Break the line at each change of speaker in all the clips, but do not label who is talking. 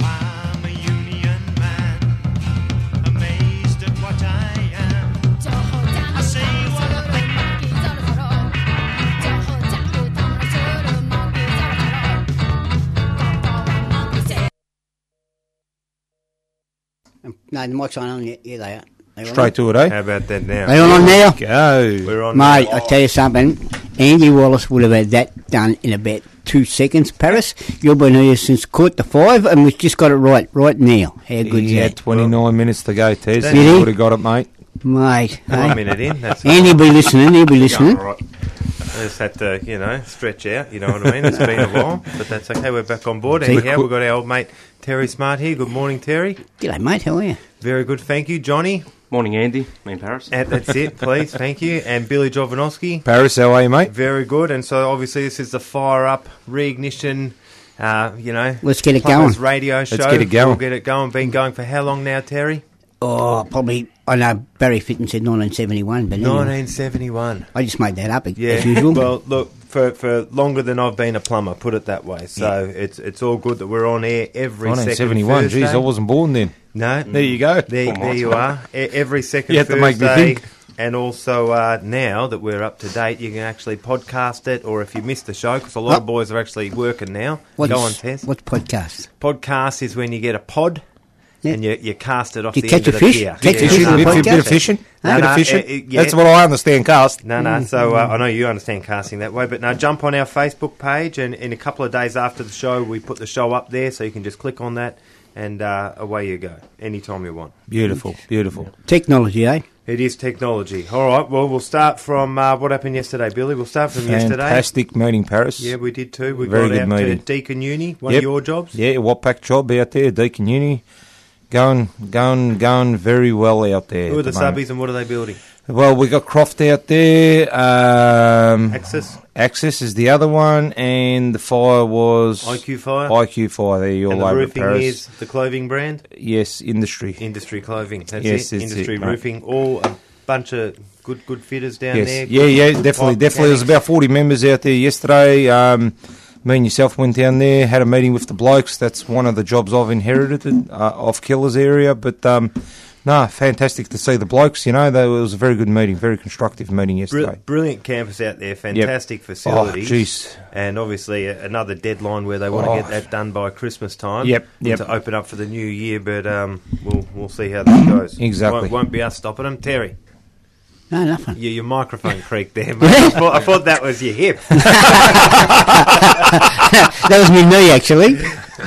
I'm a union man, amazed at what I am. I say what I think.
No, the mic's on. on Yeah, yeah, they are. They on?
Straight to it, eh?
How about that now?
They on, on now?
Go.
We're on.
Mate, I tell you something. Andy Wallace would have had that done in about two seconds. Paris, you've been here since quarter to five, and we've just got it right, right now. How good's
He had
that,
29 minutes to go, Tez.
Did he?
He would have got it, mate.
mate?
One
eh?
minute in. That's
Andy, be listening. He'll be listening.
All right. I just had to, you know, stretch out. You know what I mean? It's been a while, but that's okay. We're back on board.
See,
Anyhow,
qu-
we've got our old mate Terry Smart here. Good morning, Terry.
G'day, mate. How are you?
Very good. Thank you, Johnny.
Morning, Andy. Me and Paris.
And that's it, please. Thank you. And Billy Jovanovski.
Paris, how are you, mate?
Very good. And so obviously this is the fire up reignition. Uh, you know,
Let's get it
Plumbers
going.
Radio show.
get it going.
We'll get it going. Been going for how long now, Terry?
Oh, probably. I know Barry Fitton said 1971, but anyway,
1971.
I just made that up
Yeah.
as usual.
Well, look for for longer than I've been a plumber. Put it that way. So it's it's all good that we're on air every second
1971.
Thursday.
Jeez, I wasn't born then.
No,
There you go.
There, there you are. E- Every second
You had to make me
Thursday.
think.
And also uh, now that we're up to date, you can actually podcast it, or if you missed the show, because a lot of
What?
boys are actually working now. go on, Tess.
What's podcast?
Podcast is when you get a pod
Yeah.
and you, you cast it off
You
the
catch
end
a
of
fish?
the pier.
Catch a
Yeah,
fish
Fishing,
no,
bit,
no,
bit of
podcast.
fishing.
No,
bit
no,
of fishing.
eh, eh, yeah.
That's what I understand, cast.
No, no. So
Mm-hmm.
uh, I know you understand casting that way, but now jump on our Facebook page, and in a couple of days after the show, we put the show up there, so you can just click on that, and uh, away you go anytime you want.
Beautiful, beautiful.
Technology, eh?
It is technology. All right. Well, we'll start from uh, what happened yesterday, Billy. We'll start from yesterday.
Fantastic meeting, Paris.
Yeah, we did too. We
Very
got
good
out
meeting.
to Deacon Uni, one
Yep.
of your jobs.
Yeah, Wapak job out there, Deacon Uni. Going, going, going very well out there.
Who are
at
the
moment.
subbies and what are they building?
Well, we got Croft out there. Um,
Axis?
Axis is the other one, and the fire was
IQ Fire?
IQ Fire. There, you're
and
all
the
over
roofing
Paris.
is the clothing brand,
yes, industry.
industry clothing. That's
Yes,
it.
that's
Industry
it, mate.
roofing. All a bunch of good, good fitters down
yes,
there.
yeah,
Good
yeah,
pipe
definitely, definitely. There's
mechanics.
about forty members out there yesterday. Um, me and yourself went down there, had a meeting with the blokes. That's one of the jobs I've inherited uh, off Killers area, but. Um, Nah, fantastic to see the blokes. You know, they, it was a very good meeting, very constructive meeting
Bri-
yesterday.
brilliant campus out there, fantastic facilities.
Oh, jeez.
And obviously a- another deadline where they want
Oh.
to get that done by Christmas time.
Yep, yep.
To open up for the new year, but um, we'll we'll see how that goes.
Exactly.
Won't, won't be us stopping them. Terry,
No, nothing.
your, your microphone creaked there. mate. I, thought, I thought that was your hip. I
that was me knee, actually.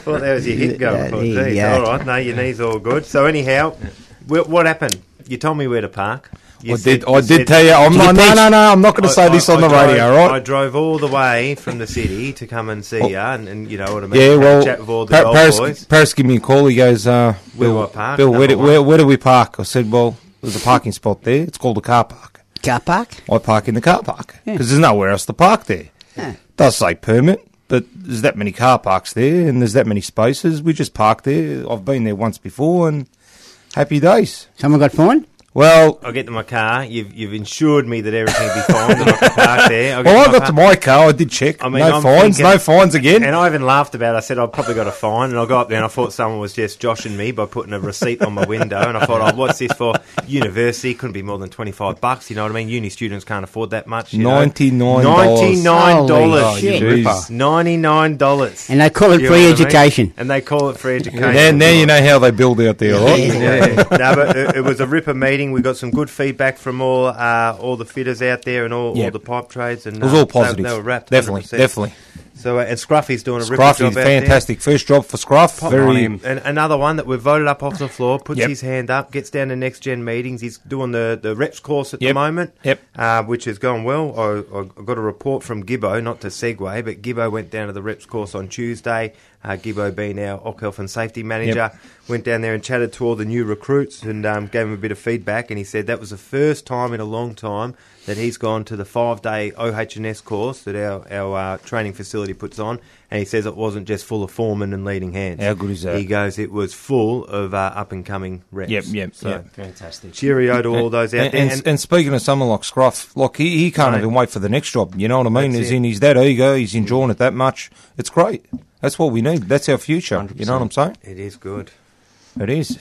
thought that was your hip going.
Yeah,
for.
there you
Jeez,
go.
All right, no, your knee's all good. So anyhow, wh- what happened? You told me where to park. You
I
said-
did, I
said-
did tell you. I'm
Did you
not, no,
text?
no, no. I'm not going to say this on the
drove,
radio, all
I
right?
drove all the way from the city to come and see you, and, and you know what I mean.
Yeah,
have a
well,
chat with all the
Pa-
old
Paris,
boys.
Paris gave me a call. He goes, uh,
Where do I
Bill,
park?
Bill where,
Number
do, where,
one."
where do we park? I said, well, there's a parking spot there. It's called a car park.
Car park.
I park in the car park because there's nowhere else to park there.
Yeah.
Does say permit, but there's that many car parks there and there's that many spaces. We just park there. I've been there once before and happy days.
Someone got fined?
Well,
I get to my car. You've you've insured me that everything will be fine. that I can park there. I get
well, I got
car,
to my car. I did check.
I mean,
no
I'm
fines.
thinking-
no fines again.
and I even laughed about. it. I said I've probably got a fine, and I got up there and I thought someone was just joshing me by putting a receipt on my window, and I thought, oh, what's this for? University couldn't be more than twenty five bucks. You know what I mean? Uni students can't afford that much. You
$99.
Ninety nine
Holy
dollars.
shit.
Jeez.
Ninety nine dollars.
And they call it
You know
free
what I mean?
education.
And they call it free education.
Now, now you know how they build out there, right?
Yeah. no, but it, it was a ripper meeting. We got some good feedback from all uh, all the fitters out there and all, all
Yep.
the pipe trades. And
It was
uh,
all positive.
They, they were wrapped.
Definitely,
100%.
definitely.
So uh, and Scruffy's doing a ripping
Scruffy,
job out there.
fantastic. First job for Scruff.
Pop
Very.
on him. And Um, another one that we've voted up off the floor, puts
Yep.
his hand up, gets down to next gen meetings. He's doing the, the reps course at the
Yep.
moment,
Yep.
uh, which has gone well. I, I got a report from Gibbo, not to segue, but Gibbo went down to the reps course on Tuesday. Uh, Gibbo being our OC Health and Safety Manager, went down there and chatted to all the new recruits and um, gave them a bit of feedback. And he said that was the first time in a long time that he's gone to the five day OHS course that our, our uh, training facility puts on. And he says it wasn't just full of foremen and leading hands.
How good is that?
He goes, it was full of uh, up and coming reps.
Yep, yep,
So,
yep.
Fantastic.
Cheerio to all those out
and,
there.
and, and speaking of someone like Scruff, like he, he can't
Mate.
even wait for the next job. You know what I mean?
That's
He's
it.
in his that ego. He's enjoying it that much. It's great. That's what we need. That's our future. You know what I'm saying?
it is good.
It is.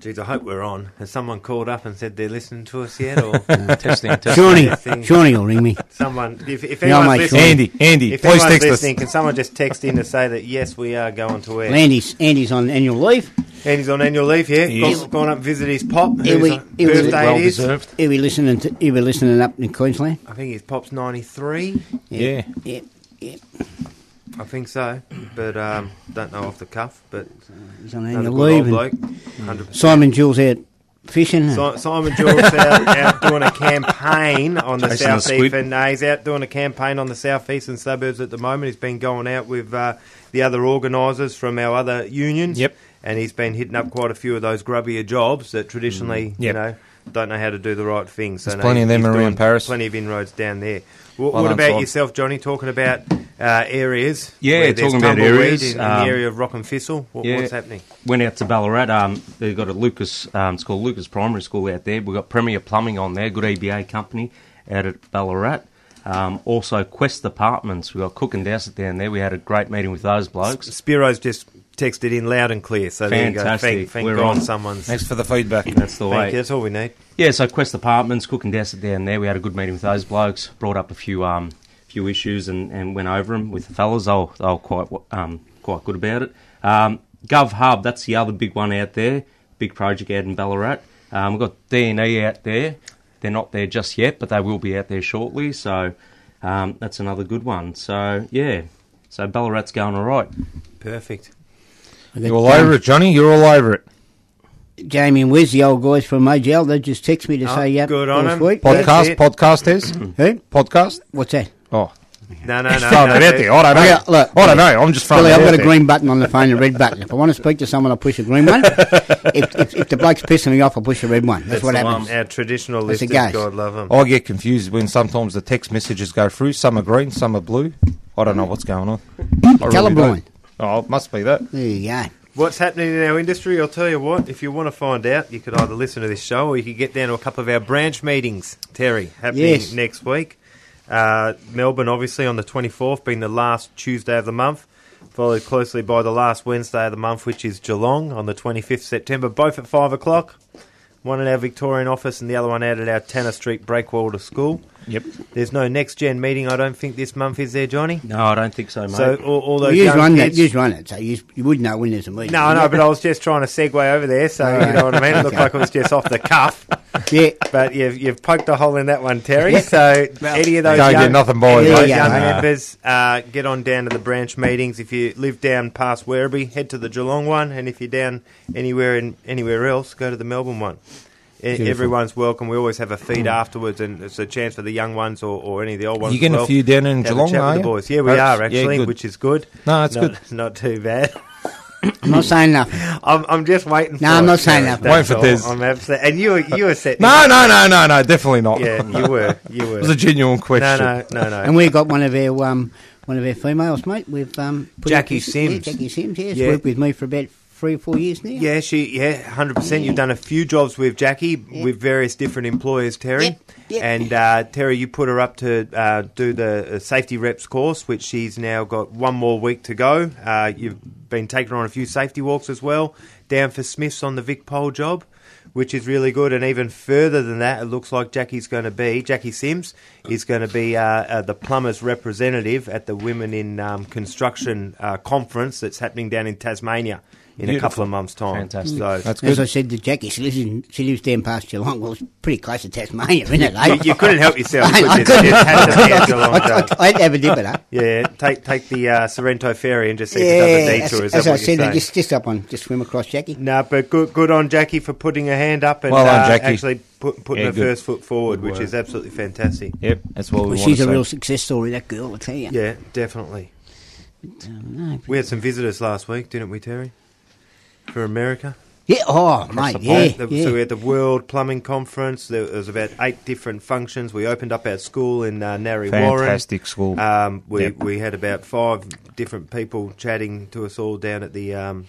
Geez, I hope we're on. Has someone called up and said they're listening to us yet? Or
Mm,
testing, testing.
Shawnee,
Thing.
Shawnee will ring me.
someone, if, if
Yeah,
anyone's
mate,
listening,
Andy, Andy,
if
please
anyone's
text us.
listening, can someone just text in to say that, yes, we are going to air?
Andy's, Andy's on annual leave.
Andy's on annual leave here.
He is.
Gone, gone up and visit his pop.
Yeah,
whose
we- it was-
birthday
Well
it is.
deserved.
He'll be listening. To, he'll be listening up in Queensland.
I think his pop's 93.
Yeah.
Yeah, yeah.
I think so. But um, don't know off the cuff. But
He's on
another
annual
good old
leave.
bloke.
And
100%.
Simon Jules out fishing. and-
Si- Simon Jules out, out doing a campaign on the
Chasing the
south
squid.
east, and uh, he's out doing a campaign on the southeastern suburbs at the moment. He's been going out with uh, the other organisers from our other unions.
Yep.
and he's been hitting up quite a few of those grubbier jobs that traditionally, you
Mm. Yep.
know, don't know how to do the right thing. So
There's
no,
plenty of
he's
them around
doing
Paris.
Plenty of inroads down there. Wha-
Well
what
done,
about
Simon.
yourself, Johnny? Talking about uh, areas.
Yeah,
where there's
talking about
tumbleweed
areas,
in, in
um,
the area of Rock and Thistle. What,
yeah.
What's happening?
Went out to Ballarat. Um, they've got a Lucas. Um, it's called Lucas Primary School out there. We've got Premier Plumbing on there. Good EBA company out at Ballarat. Um, also Quest Apartments. We've got Cook and Dowsett down there. We had a great meeting with those blokes.
Spiro's just texted in loud and clear, so there you go.
Fantastic.
Thank, thank
We're
God
on.
someone's.
Thanks for the feedback.
That's the
Thank
way.
you. That's all we need.
Yeah, so Quest Apartments, Cook and Dowsett down there. We had a good meeting with those blokes. Brought up a few um, few issues and, and went over them with the fellas. They were, they were quite um, quite good about it. Um, Gov Hub, that's the other big one out there. Big project out in Ballarat. Um, we've got D&E out there. They're not there just yet, but they will be out there shortly. So um, that's another good one. So yeah, so Ballarat's going all right.
Perfect.
I got
You're all over it, Johnny. You're all over it.
Jamie and Wiz, the old guys from OGL, they just text me to
Oh,
say, yep,
good on
all
'em.
sweet.
That's
Podcast,
it.
podcast is
Who?
podcast.
What's that?
Oh,
No, no, no.
just throwing
no,
that out
no.
there. I don't know.
Yeah, look.
I don't know. I'm just throwing
Billy,
that
I've
out
got a
there.
green button on the phone and a red button. If I want to speak to someone, I push a green one. if, if, if the bloke's pissing me off, I push a red one. That's,
That's
what
the
happens.
one. Our traditional
That's
list
the
is
guys.
God love them.
I get confused when sometimes the text messages go through. Some are green, some are blue. I don't know what's going on. I really
Colourblind.
don't. oh, it must be that.
There you go.
What's happening in our industry? I'll tell you what. If you want to find out, you could either listen to this show or you could get down to a couple of our branch meetings, Terry, happening
Yes.
next week. Uh, Melbourne, obviously, on the 24th, being the last Tuesday of the month, followed closely by the last Wednesday of the month, which is Geelong, on the 25th September, both at 5 o'clock. One at our Victorian office and the other one out at our Tanner Street Breakwater School.
Yep.
There's no next gen meeting, I don't think, this month, is there, Johnny?
No, I don't think so, mate.
So all, all
You
those
just
young
run that.
kids.
You just run it. So you, you would know when there's a meeting.
No, no, but I was just trying to segue over there, so you know what I mean. It looked
Okay.
like it was just off the cuff,
Yeah.
but you've, you've poked a hole in that one, Terry.
Yeah.
So any of those
Can't
young,
get nothing by
any
it,
of those
mate.
young
Nah.
members, uh, get on down to the branch meetings. If you live down past Werribee, head to the Geelong one, and if you're down anywhere in, anywhere else, go to the Melbourne one. E- Everyone's welcome. We always have a feed afterwards, and it's a chance for the young ones or, or any of the old ones.
You getting
as well,
a few down in
to have a
Geelong,
chat with
are
the
you?
boys. Yeah, we
Perhaps.
are
Yeah,
actually,
good.
which is good.
No, it's
Not-
good.
Not too bad.
I'm not saying nothing.
I'm, I'm just waiting. for
No, I'm
it,
not saying
Terry.
that. Waiting
That's
for
all.
this.
I'm absolutely. And you, were- you were set.
No, no, no, no, no. Definitely not.
Yeah,
it
you were. You were.
was a genuine
no,
question.
no, no, no.
And we got one of our um, one of our females, mate. We've um, put
Jackie
up-
Sims.
Yeah, Jackie Sims. Yes,
Yeah.
worked with me for about three or four years now.
Yeah, she. Yeah, hundred percent. You've done a few jobs with Jackie with various different employers, Terry.
Yep, yep.
And uh, Terry, you put her up to uh, do the uh, safety reps course, which she's now got one more week to go. Uh, you've been taking her on a few safety walks as well. Down for Smiths on the Vic Pole job. Which is really good, and even further than that, it looks like Jackie's going to be Jackie Sims is going to be uh, uh, the plumbers' representative at the Women in um, Construction uh, conference that's happening down in Tasmania in a
Beautiful.
couple of months' time.
Fantastic.
So
That's
As I
good.
said to Jackie, she lives, in, she lives down past Geelong. Well, it's pretty close to Tasmania, isn't it? eh?
you, you couldn't help
I-
yourself. could
I
you?
couldn't.
Just had to be a Geelong
I,
Dale.
I, I'd have a dip at that.
Yeah, take take the uh, Sorrento ferry and just see if it
Yeah,
does a detour. Is
as, as
that
I
what you're
said,
saying?
just, just up on, just swim across Jackie.
No, but good, good on Jackie for putting her hand up and
Well done,
uh,
Jackie.
actually put, putting
Yeah,
her
good.
first foot forward,
Good
which
work.
is absolutely fantastic.
Yep, that's what we
Well,
want
she's
to
a
see.
real success story, that girl, I tell you.
Yeah, definitely.
I don't know.
We had some visitors last week, didn't we, Terry? For America. Uh,
Yeah, oh, mate, yeah,
The-
yeah.
So we had the World Plumbing Conference. There was about eight different functions. We opened up our school in uh, Narre Warren.
Fantastic school.
Um, we
Yep.
we had about five different people chatting to us all down at the um,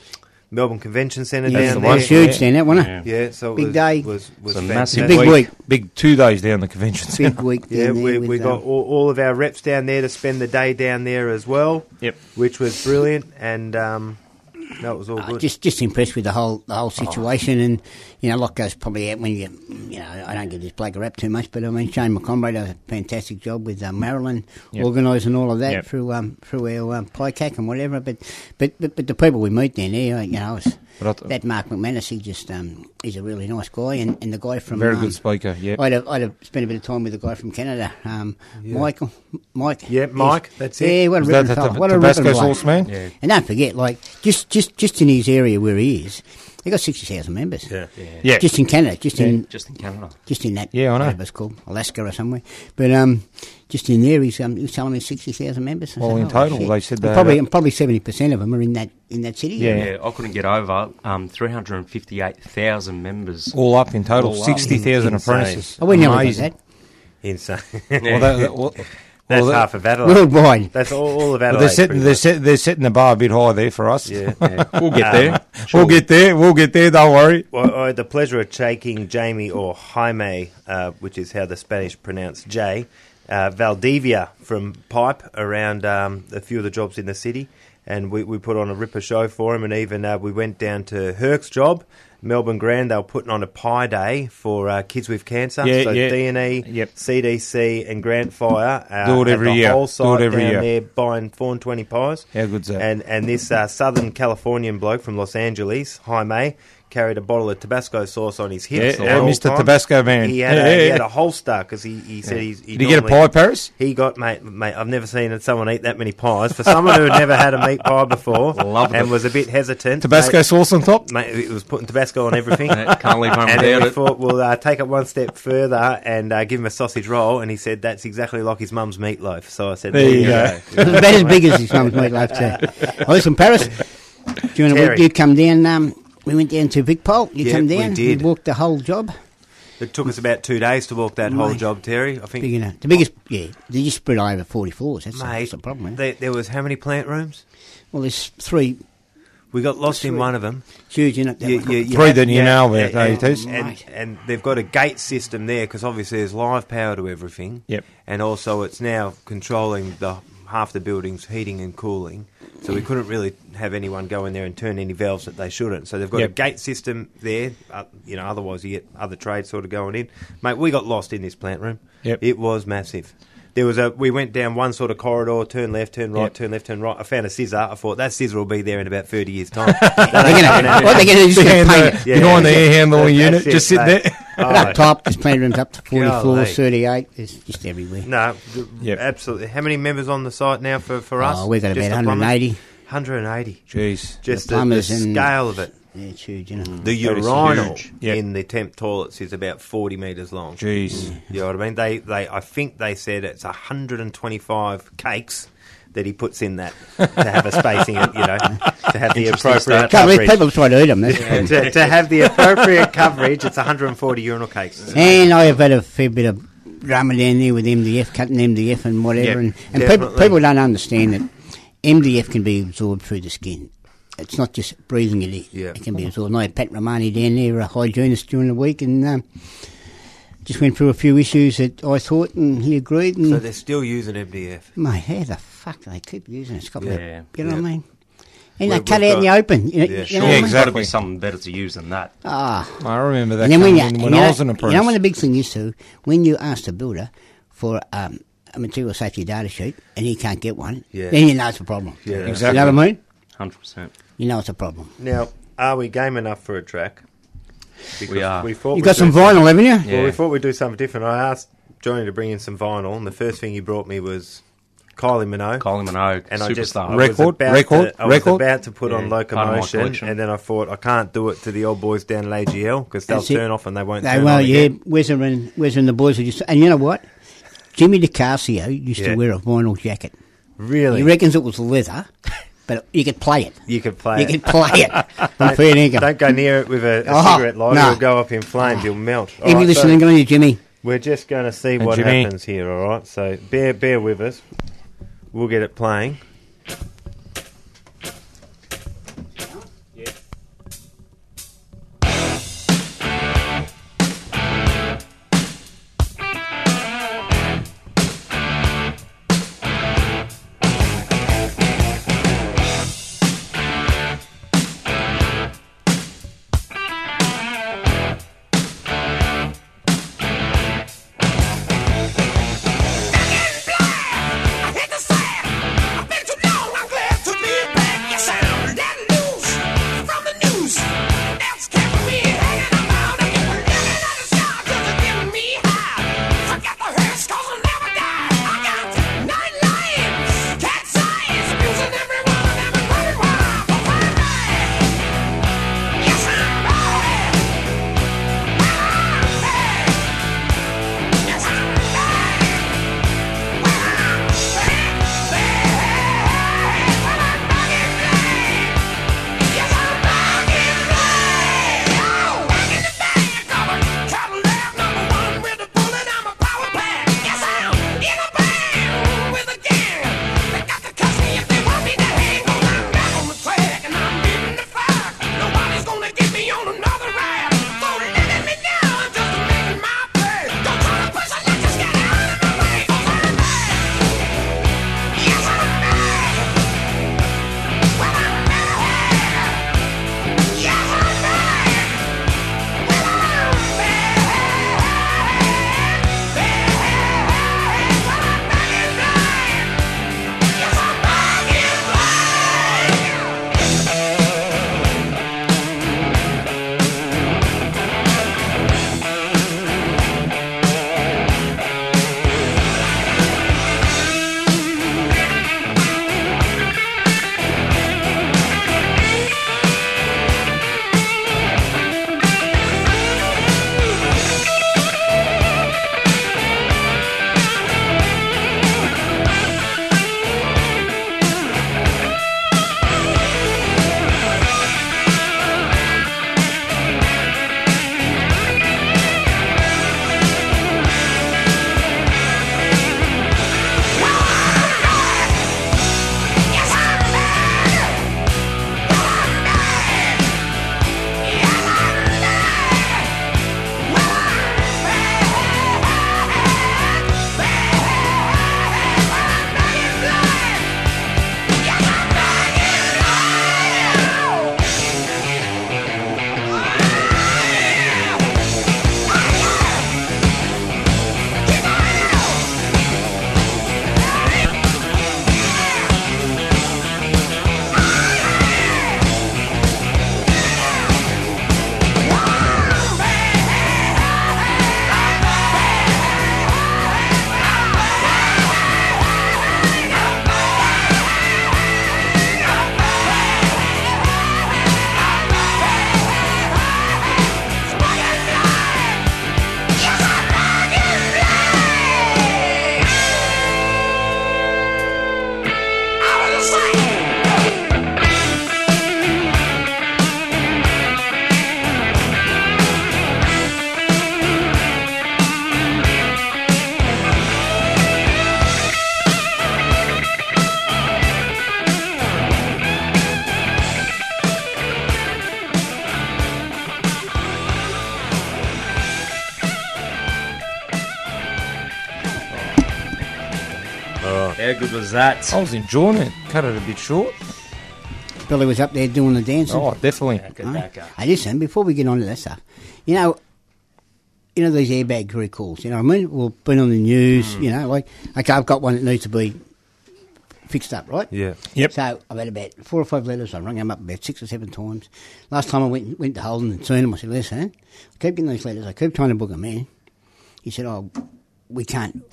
Melbourne Convention Centre
yeah,
down
the one.
there.
was huge
Yeah.
then, that eh? wasn't it?
Yeah, so it
Big
was,
day.
was, was
It's a
fantastic.
massive
Big week. week.
Big two days down the convention centre.
Big week.
Yeah,
down there
we,
with,
we got
um,
all, all of our reps down there to spend the day down there as well.
Yep.
Which was brilliant, and um, no, it was all
uh,
good.
just just impressed with the whole the whole
Oh.
situation, and you know, lot goes probably out when you you know I don't give this bloke a rap too much, but I mean Shane McConroy does a fantastic job with uh, Marilyn
Yep.
organising all of that
Yep.
through um through our um, PICAC and whatever. But but but, but the people we meet down there, you know, it's,
But I th-
that Mark McManus, he just um he's a really nice guy, and, and the guy from
Very
um,
good speaker, yep.
I'd have, I'd have spent a bit of time with the guy from Canada, um, Michael, Mike.
Yeah, Mike, that's it.
Yeah, what a
Is that
ripping
the
fella,
Tab-
what a
Tabasco
ripping bloke.
sauce man?
Yeah.
And don't forget, like just just just in his area where he is, they got sixty thousand members.
Yeah.
Just in Canada, just in
Just in Canada.
just in that
Yeah, I know.
whatever it's called Alaska or somewhere. But um, just in there, he's um, he's telling me sixty thousand members. I
Well,
said,
in
"Holy
total,
shit."
they said
And
they
probably
had-
and probably seventy percent of them are in that in that city.
Yeah.
Yeah, I couldn't get over um, 358,000 members.
Oh.
All up in total,
All up.
60,000
Insane.
apprentices.
I would never got
Amazing.
that
Insane.
Well, that- that- well-
that's
well, that-
half of Adelaide.
worldwide.
That's all, all of
But
Adelaide.
they're setting
pretty
they're,
much.
set, they're setting the bar a bit high there for us.
Yeah.
Yeah, we'll get there.
We'll get there. We'll get there. Don't worry.
Well, I had the pleasure of taking Jamie or Jaime, uh, which is how the Spanish pronounce J, uh, Valdivia from Pipe around um, a few of the jobs in the city. And we, we put on a ripper show for him. And even uh, we went down to Herc's job, Melbourne Grand. They were putting on a pie day for uh, kids with cancer.
Yeah,
so
yeah.
DNE,
Yep.
CDC, and Grant Fire. Uh,
Do it
had
every
the
year. Do
Whole
it
site
every
down
year.
there buying 420 pies.
How good's that?
And and this uh, Southern Californian bloke from Los Angeles, Jaime, carried a bottle of Tabasco sauce on his
Yeah,
hips. the
yeah,
whole
Mr.
time.
Tabasco man.
He had,
Yeah,
a, he
yeah.
had a holster because he, he said he's. He
Did you get a pie,
normally-
Paris?
He got mate, mate. I've never seen someone eat that many pies. For someone who had never had a meat pie before
Loved
and
it.
was a bit hesitant,
Tabasco sauce on top.
Mate, mate, it was putting Tabasco on everything.
Yeah, Can't leave home
And then we
without it.
thought we'll uh, take it one step further and uh, give him a sausage roll. And he said that's exactly like his mum's meatloaf. So I said,
There
"There,
you
you
go.
go.
It's about as big as his mum's meatloaf too. I was in Paris during the
Terry.
week. You come down. Um, we went down to Big Pole. You
Yeah,
come
we
down.
did.
We walked the whole job.
It took us about two days to walk that whole
Mate.
job, Terry. I think.
Big enough. The biggest, yeah. They just spread over forty floors. That's, the,
Mate,
that's the problem. eh?
There, there was how many plant rooms?
Well, there's three
We got lost in
Three.
one of them.
huge in it. That one.
Three that you know about, eh,
and,
Tess?
and, and they've got a gate system there because obviously there's live power to everything.
Yep.
And also it's now controlling the half the building's heating and cooling. So we couldn't really have anyone go in there and turn any valves that they shouldn't. So they've got a
Yep.
gate system there. Uh, you know, otherwise you get other trades sort of going in. Mate, we got lost in this plant room.
Yep.
It was massive. There was a. We went down one sort of corridor, turn left, turn right,
Yep.
turn left, turn right. I found a scissor. I thought that scissor will be there in about thirty years' time.
They're gonna, what they're going to do is paint
Behind the,
it.
Yeah,
behind
yeah,
the air handling
That-
unit,
that's it,
just sitting
mate.
there.
Oh,
Up top, there's plant rooms up to 40 floors,
Golly.
38. It's just everywhere.
No,
Yep.
absolutely. How many members on the site now for, for us?
Oh, we've got
Just
about
the plumbers?
180.
180.
Jeez.
Just the, the
plumbers and-
scale of it.
Yeah, it's huge, you know.
The
That is
urinal
huge. Yep.
in the temp toilets is about 40 metres long.
Jeez.
You know what I mean? They, they, I think they said it's 125 cakes that he puts in that to have a spacing, it, you know, to have the appropriate
Can't believe
coverage.
people try to eat them. That's the problem.
to, to have the appropriate coverage, it's 140 urinal cakes.
And I have had a fair bit of drama down there with MDF, cutting MDF and whatever.
Yeah,
and and people,
definitely.
people don't understand that MDF can be absorbed through the skin. It's not just breathing it in.
Yeah.
It can be absorbed. And I had Pat Romani down there, a hygienist, during the week, and um, just went through a few issues that I thought, and he agreed. And
So they're still using MDF.
Mate, how the fuck do they keep using it? It's got
Yeah.
that- you know
Yeah.
what I mean? And
We-
they cut
we've
it out in the
got-
open. You know,
Yeah, Uh,
you know
sure.
what I
Yeah,
mean?
exactly.
There's got to be something better to use than that.
Ah.
I remember that
And then when,
coming
you,
in
and
when
you
I
know,
was
you
an
know
apprentice.
when the big thing is too, when you ask the builder for um, a material safety data sheet and he can't get one,
Yeah.
then you know it's a problem.
Yeah,
You know
Exactly.
what I mean?
hundred percent.
You know it's a problem.
Now, are we game enough for a track? Because
We are.
thought
You
we'd
got some
do-
vinyl, haven't you?
Well,
Yeah.
we thought we'd do something different. I asked Johnny to bring in some vinyl, and the first thing he brought me was Kylie Minogue.
Kylie Minogue,
and
superstar.
I just I was
Record,
about
record,
to, I was
record.
about to put on
Yeah, part of my
locomotion,
collection.
and then I thought I can't do it to the old boys down at AGL because they'll
That's it.
turn off and they won't.
They
turn
well,
on
yeah.
again.
Wizard and Wizard and the boys would just, and you know what? Jimmy DiCasio used
Yeah.
to wear a vinyl jacket.
really.
He reckons it was leather, but you could play it.
you could play.
You
it.
could play it. on fair dinkum.
Don't go near it with a, a
Oh,
cigarette lighter;
no.
it'll go up in flames. You'll melt. All
If
right,
you're
so
listening, go on you, Jimmy.
we're just going to see what
Jimmy.
happens here. All right, so bear bear with us. We'll get it playing.
How good was that?
Oh,
I was enjoying it. Cut it a bit short.
Billy was up there doing the dancing.
Oh, definitely.
Good
Right?
backer.
Hey, listen, before we get on to that stuff, you know, you know these airbag recalls. You know, what I mean, we've been on the news. You know, like okay, I've got one that needs to be fixed up, right?
Yeah.
Yep.
So I've had about four or five letters. I rang him up about six or seven times. Last time I went went to Holden and seen him, I said, listen, I keep getting these letters. I keep trying to book them in. He said, oh, we can't.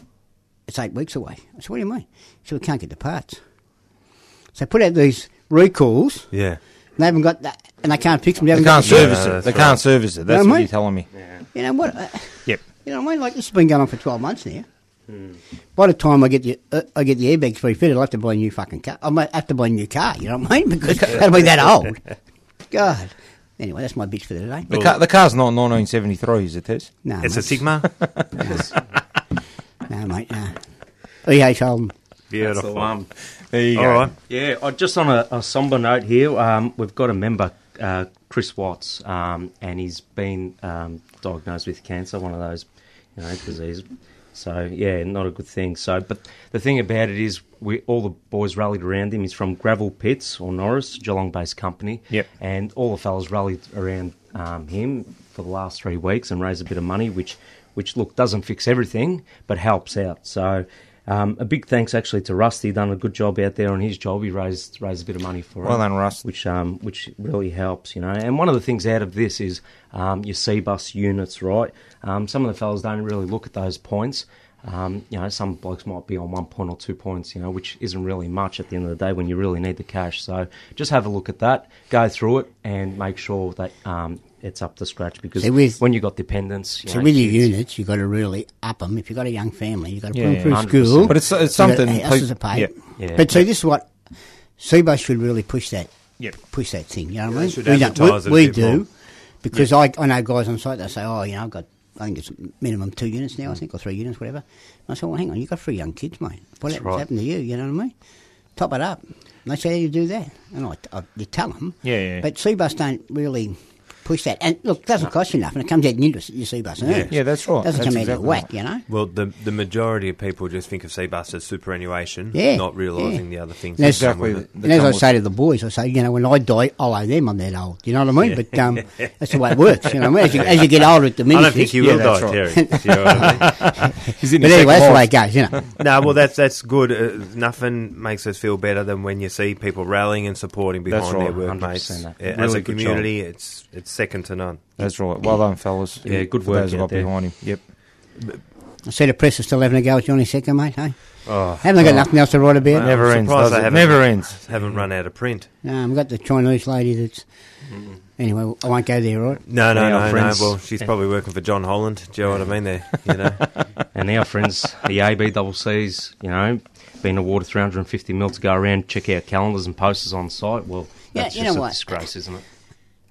It's eight weeks away. I said, what do you mean? He said, we can't get the parts. So I put out these recalls.
Yeah.
and They haven't got that, and they can't fix them.
They
haven't
can't
got the-
service
Yeah,
it.
that's
They
right.
can't service it. That's
No,
what you're
mate.
telling me.
You know what? I-
Yep.
You know what I mean? Like this has been going on for twelve months now.
Hmm.
By the time I get the uh, I get the airbags refitted, I'll have to buy a new fucking car. I might have to buy a new car. You know what I mean? Because that'll be that old. God. Anyway, that's my bitch for today.
The, car, the car's not 1973, is it, Tess?
No,
It's a
mate.
Sigma.
No, mate. No. E.H. Holden.
That's the
Beautiful.
one.
There you
All right.
Yeah, uh, just on a, a somber note here, um, we've got a member, uh, Chris Watts, um, and he's been um, diagnosed with cancer, one of those you know, diseases. So, yeah, not a good thing. So, But the thing about it is, we all the boys rallied around him. He's from Gravel Pits or Norris, Geelong based company.
Yep.
And all the fellas rallied around um, him for the last three weeks and raised a bit of money, which, which look, doesn't fix everything, but helps out. So, um, a big thanks actually to Rusty. Done a good job out there on his job. He raised raised a bit of money for
Well
it,
done, Rust.
which um, which really helps, you know. And one of the things out of this is um, your C bus units, right? Um, some of the fellas don't really look at those points. Um, you know, some blokes might be on one point or two points, you know, which isn't really much at the end of the day when you really need the cash. So just have a look at that, go through it, and make sure that um, it's up to scratch because
So with-
when you've got dependents, you
So
know,
with your
kids-
units, you've got to really up them. If you've got a young family, you've got to
Yeah,
put
yeah,
them through
100%.
school.
But it's, uh, it's
You've got
something.
to- uh, houses are
people-
paid.
Yeah.
Yeah.
But see, this is what Sebo should really push that.
Yep.
push that thing. You know what I
they
mean?
should
don't-
advertise it a
we
bit
do
more.
because I, I know guys on site. They say, "Oh, you know, I've got I think it's minimum two units now. I think or three units, whatever." And I say, "Well, hang on, you have got three young kids, mate. What
right.
happened to you? You know what I mean? Top it up." And they say, "How do you do that?" And I, I you tell them.
Yeah, yeah.
But Seabus don't really push that. And look, it doesn't cost you nothing. It comes out in interest. You Seabus earnings.
Yeah, that's right.
Doesn't
That's
come out
exactly
of whack,
right.
you know.
Well, the the majority of people just think of Seabus as superannuation,
Yeah,
not realising
yeah.
the other things.
And
that
that's-
come with
Exactly.
it.
that
And as
come
I
with-
say to the boys, I say, you know, when I die, I'll owe them. I'm that old. You know what I mean? But um, that's the way it works. You know, what I mean? as you, as you get older, it
I
diminishes.
don't think you will
that's
die, Terry. Do you know what I mean?
He's in
But
his
anyway, that's the
second
way
life.
it goes. You know,
no, well, that's that's good. Uh, nothing makes us feel better than when you see people rallying and supporting behind
That's
their
right,
workmates.
100% that.
Yeah, As
Really
a
good
community, it's it's second to none.
That's right. Well done, fellas.
Yeah, good
For
work
Those who
out
got
there.
behind him. Yep.
I see the press is still having a go at Johnny Secker, mate. Hey, haven't they got nothing else to write about?
Never
I'm
ends,
surprised
does
they
it?
haven't-
Never ends.
Haven't run out of print.
No, Um, we've got the Chinese lady that's.
Mm.
Anyway, I won't go there, right?
No, no,
Yeah,
no, no.
friends.
Well, she's probably working for John Holland. Do you know what I mean? There, you know.
And our friends, the ABCC's, you know, been awarded 350 mil to go around, check out calendars and posters on site. Well,
Yeah,
that's
you
just
know
a
what?
disgrace, isn't it?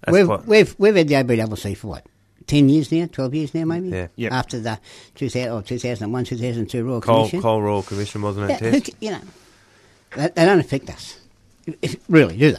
That's
we've,
quite-
we've we've had the ABWC for what? Ten years now, twelve years now, maybe.
Yeah.
Yep.
After the 2000, or 2001, 2002 Royal
Coal,
Commission.
Coal Royal Commission wasn't
Yeah,
it?
who,
Tess?
ca- you know, they, they don't affect us, If- really, do they?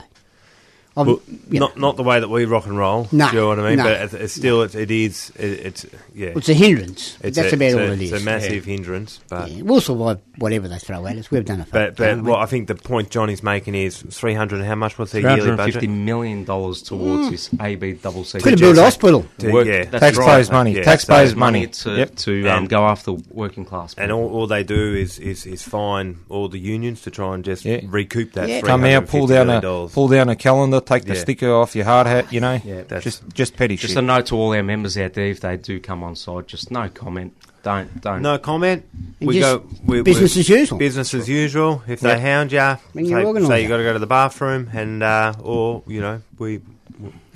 I'm-
Well,
you
not
know,
not the way that we rock and roll.
No,
do you know what I mean?
no.
But it's, it's still, it, it is. It, it's yeah.
it's a hindrance. but
It's
that's
a-
about
it's
all
a,
it is.
It's a massive hindrance, but.
Yeah, We'll survive whatever they throw at us. We've done it.
But, but well, I think the point Johnny's making is 300 and how much was the yearly
350
budget?
million dollars towards this ABCC.
could have built a hospital.
To-
Work-
yeah,
that's
Taxpayers'
right.
money.
Yeah,
Taxpayers'
so-
money.
to,
Yep.
to um,
And-
go after working class
And all, all they do is, is, is fine all the unions to try and just
Yeah.
recoup that.
Yeah.
Come out, pull down a
dollars.
pull down a calendar, take the
Yeah. people.
sticker off your hard hat. You know,
Yeah,
that's-
just just petty
Just
shit.
a note to all our members out there, if they do come on site, just no comment. Don't, don't.
No comment.
And
We
just
go we,
business
we-
as usual.
Business as usual. If
Yeah.
they hound you,
Ring your
say,
organiser.
say you got to go to the bathroom, and uh, or you know we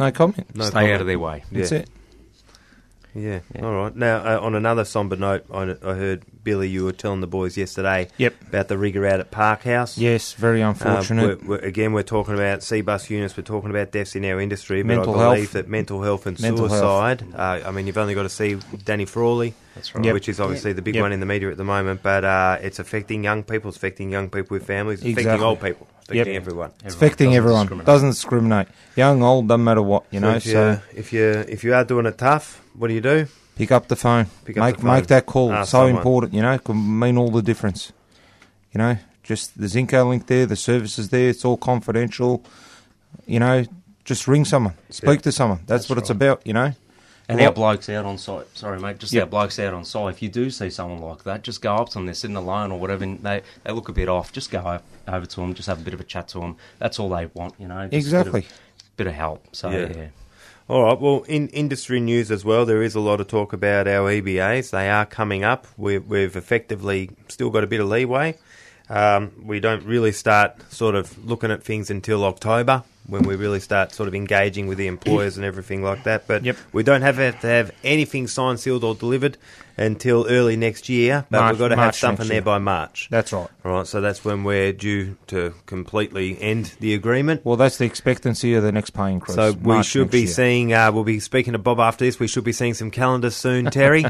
no comment.
no
Stay
comment.
out of their way.
Yeah.
That's it.
Yeah. All right. Now, uh, on another somber note, I, I heard Billy. You were telling the boys yesterday
Yep.
about the rigor out at Parkhouse.
Yes, very
Uh,
unfortunate.
we're, we're, again, we're talking about C-bus units. We're talking about deaths in our industry, but
Mental
I believe
health.
that mental health and
Mental health.
suicide. Uh, I mean, you've only got to see Danny Frawley,
That's right.
Yep.
which is obviously the big
Yep.
one in the media at the moment. But uh, it's affecting young people. It's affecting young people with families. It's
Exactly.
affecting old people. It's affecting
Yep.
everyone.
it's affecting
Everyone
everyone.
doesn't discriminate.
Doesn't discriminate. Young, old, doesn't matter what. You
So
know,
if,
so
you, if you if you are doing it tough, what do you do?
pick up the phone.
Pick up
make
the phone.
make that call.
Ask
so
someone.
important. You know, it can mean all the difference. You know, just the Zinco link there, the services there. It's all confidential. You know, just ring someone, speak to someone. That's, what it's about. You know,
And
Right.
our blokes out on site. Sorry, mate. Just
Yeah.
our blokes out on site. If you do see someone like that, just go up to them. They're sitting alone or whatever. And they they look a bit off. Just go o- over to them. Just have a bit of a chat to them. That's all they want, you know. just a bit of-
Exactly.
bit of help. So
Yeah.
yeah.
All right. Well, in industry news as well, there is a lot of talk about our EBAs. They are coming up. We've, we've effectively still got a bit of leeway. Um, we don't really start sort of looking at things until October when we really start sort of engaging with the employers and everything like that. But
Yep.
we don't have to have anything signed, sealed, or delivered until early next year. But
March-
we've got to have
March
something
next
there
year.
by March.
That's right.
All right. So that's when we're due to completely end the agreement.
Well, that's the expectancy of the next pay increase.
So we
March
should
next
be
year.
seeing. Uh, we'll be speaking to Bob after this. We should be seeing some calendars soon, Terry,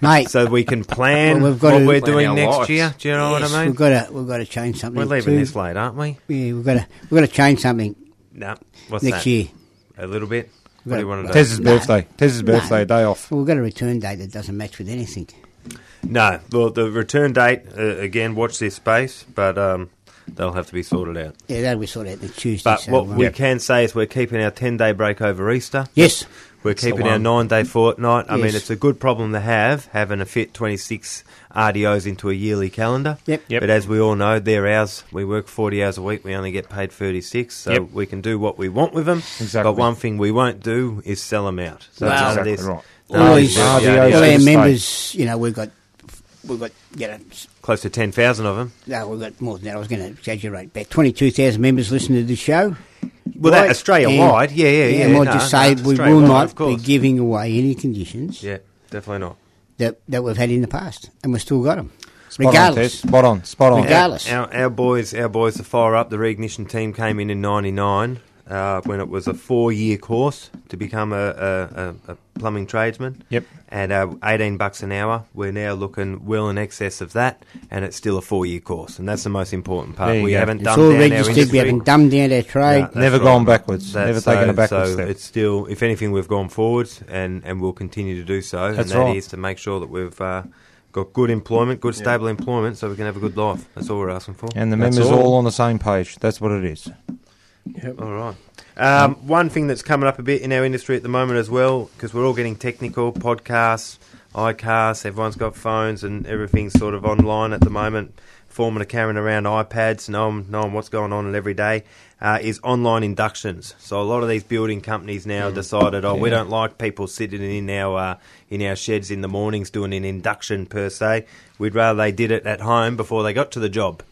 Mate,
so we can plan
Well, we've got
what
to-
we're
Plan
doing
our
next
lives.
year. Do you
yes,
know what I
we've
mean?
got to we've got to change something.
We're leaving
to-
this late, aren't we?
Yeah, we've got to we've got to change something
No. What's
next
that?
year.
A little bit.
We've
What
got
do you want
to-
to do?
Tez's
No.
birthday. Tez's
No.
birthday day off.
Well, we've got a return date that doesn't match with anything.
No. Well, the return date uh, again. Watch this space, but um, they'll have to be sorted out.
Yeah, that'll be sorted out next Tuesday.
But
so uh,
what
we'll-
we can say is we're keeping our ten day break over Easter.
yes,
We're
the
keeping our
one.
nine day fortnight. I mean,
Yes.
it's a good problem to have, having to fit 26 RDOs into a yearly calendar.
Yep.
Yep.
But as we all know, they're ours. We work 40 hours a week. We only get paid 36. So
Yep.
we can do what we want with them.
Exactly.
But one thing we won't do is sell them out. So
Wow.
none of
Exactly
this-
right.
none of
all,
this
these,
is-
RDOs
yeah,
are
all
yeah.
the
our
same.
members, you know, we've got we've got you know s-
Close to 10,000 of them.
no, we've got more than that. I was going to exaggerate, but twenty two thousand members listen to the show.
Well, that Australia wide. Yeah, yeah, yeah.
And I'll
No,
just
no,
say
it's
we
Australia
will
wide,
not
of
be
course.
giving away any conditions
Yeah, definitely not.
that that we've had in the past, and we've still got them,
Spot on, Tez.
regardless.
Spot on. Spot on.
Regardless.
Our, our boys, our boys, the fire up. The reignition team came in in '99 uh, when it was a four-year course to become a, a, a, a plumbing tradesman.
Yep.
At uh, 18 bucks an hour, we're now looking well in excess of that, and it's still a four-year course, and that's the most important part.
There you
We
go.
haven't
It's
dumbed
all
down our
registered. We
industry.
haven't dumbed down our
No,
trade.
that's
Never
right.
gone backwards. Never
That's-
taken a
so-
backward
so
step.
It's still, if anything, we've gone forwards, and and we'll continue to do so.
That's
and that is
right.
to make sure that we've. Uh, Got good employment, good stable employment, so we can have a good life. That's all we're asking for.
And the
That's
members all on the same page. That's what it is.
All right. Um, one thing that's coming up a bit in our industry at the moment as well, because we're all getting technical podcasts, iCasts, everyone's got phones and everything's sort of online at the moment, forming a carrying around iPads, knowing, knowing what's going on every day, uh, is online inductions. So a lot of these building companies now decided, oh, we don't like people sitting in our uh, in our sheds in the mornings doing an induction per se. We'd rather they did it at home before they got to the job,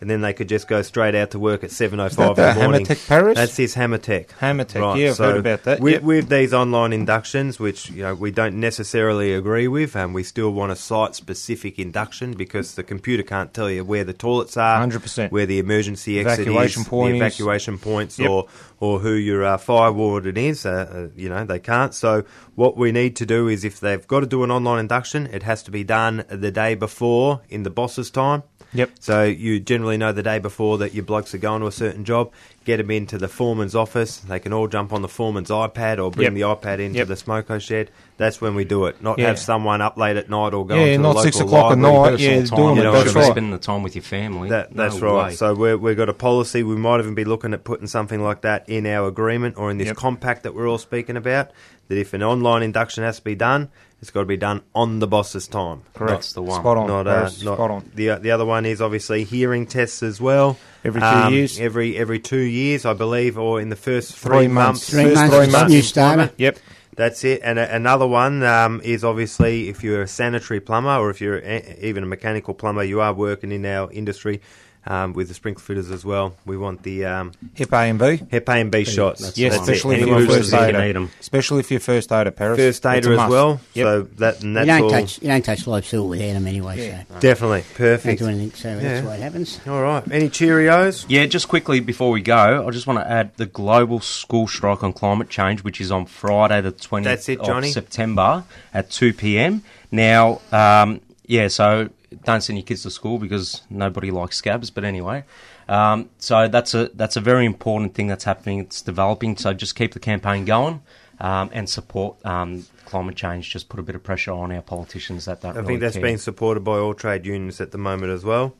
and then they could just go straight out to work at seven o five
that
in the
the
morning.
Hammertech Parish?
That's this Hammertech.
Hammertech, yeah, I've heard about that,
With,
yep.
with these online inductions, which you know we don't necessarily agree with, and we still want a site-specific induction because the computer can't tell you where the toilets are,
100%.
where the emergency exit
Evacuation
is,
point
the
is.
evacuation points,
Yep.
or or who your uh, fire warden is. Uh, uh, you know they can't. So what we need to do is if they've got to do an online induction, it has to be done the day before in the boss's time.
Yep.
So you generally know the day before that your blokes are going to a certain job. Get them into the foreman's office. They can all jump on the foreman's iPad or bring
Yep.
the iPad into
Yep.
the smoko shed. That's when we do it. Not
Yeah.
have someone up late at night or going
Yeah,
to the
not
local
six o'clock at
library.
night.
Personal
Yeah, it's
time,
doing
it,
you know,
that's
should
right.
be spending the time with your family.
That,
No
that's right.
way.
So we're, we've got a policy. We might even be looking at putting something like that in our agreement or in this
Yep.
compact that we're all speaking about. That if an online induction has to be done, it's got to be done on the boss's time.
Correct.
That's the one.
Spot on.
Not, uh,
Paris.
not
Spot on.
The the other one is obviously hearing tests as well. Um,
Every two years.
Every every two years, I believe, or in the first three,
Three months.
months.
Three
First
months,
three
it's
months.
new starter.
Yep.
That's it. And a, another one um, is obviously if you're a sanitary plumber or if you're a, even a mechanical plumber, you are working in our industry um, with the sprinkler fitters as well. We want the um,
Hip A and B.
hip A and B shots.
that's
Yeah,
Yes,
That's it.
especially if
Anyone
you're
Anyone
who's
first
who's
a
in
aider.
need 'em.
Especially if you're first aider, Paris.
First
It's a
aider as
must.
well.
Yep.
So that and
You
that's
don't
all.
touch you don't touch live silver without them anyway. So
Definitely
don't
perfect.
do anything. So
Yeah.
that's why it happens.
All right. Any Cheerios?
Yeah, just quickly before we go, I just want to add the global school strike on climate change, which is on Friday the 20th
That's it,
of
Johnny.
September at 2 p.m. Now, um, yeah, so don't send your kids to school because nobody likes scabs, but anyway. Um, so that's a that's a very important thing that's happening. It's developing, so just keep the campaign going um, and support um, climate change. Just put a bit of pressure on our politicians that don't
I
really
think that's
care.
being supported by all trade unions at the moment as well.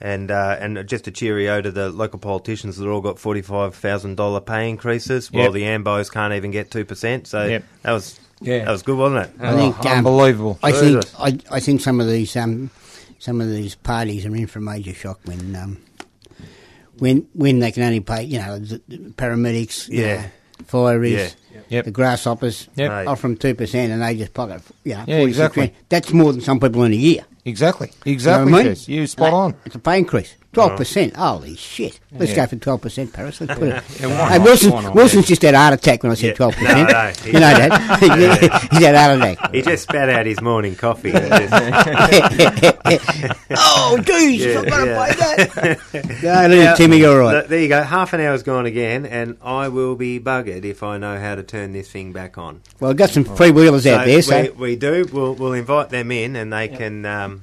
And uh, and just a cheerio to the local politicians that all got forty five thousand dollar pay increases, while
Yep.
the Ambos can't even get two percent. So
Yep.
that was
Yeah.
that was good, wasn't it?
I think
Oh,
um,
unbelievable.
I think
Jesus.
I, I think some of these um, some of these parties are in for a major shock when um, when when they can only pay you know the the paramedics, you
Yeah.
know, fireys,
Yeah.
Yep.
the grasshoppers,
Yep.
Mate.
offer them two percent and they just pocket you know,
Yeah,
46
exactly.
grand. That's more than some people in a year.
Exactly.
You know
Exactly.
what I mean?
Jess. You spot
Like,
on.
It's a pay increase. Twelve percent. Holy shit! Let's
Yeah.
go for twelve percent, Paris. Let's put it.
Yeah, why
hey,
not?
Wilson,
Why not?
Wilson's just had a heart attack when I said
Yeah.
twelve percent.
No, no, he-
you know that. He's had a heart attack.
He just spat out his morning coffee. and just-
oh, geez,
Yeah,
I've got to
yeah.
pay that. no, little Timmy, you're all
Th-
right.
There you go. Half an hour's gone again, and I will be buggered if I know how to turn this thing back on.
Well, I've got some free wheelers out there, so.
we, we do. We'll, we'll invite them in, and they can um,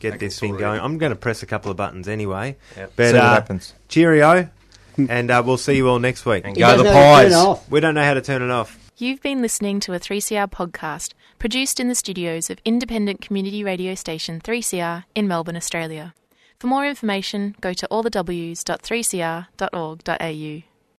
get
They can
this thing
sort it
going.
out.
I'm going to press a couple of buttons anyway.
Yep.
But
See what
uh,
happens.
cheerio, and uh, we'll see you all next week.
And
He
go
doesn't
the
know how to turn
pies.
it off.
We don't know how to turn it off.
You've been listening to a 3CR podcast produced in the studios of independent community radio station 3CR in Melbourne, Australia. For more information, go to allthews.3cr.org.au.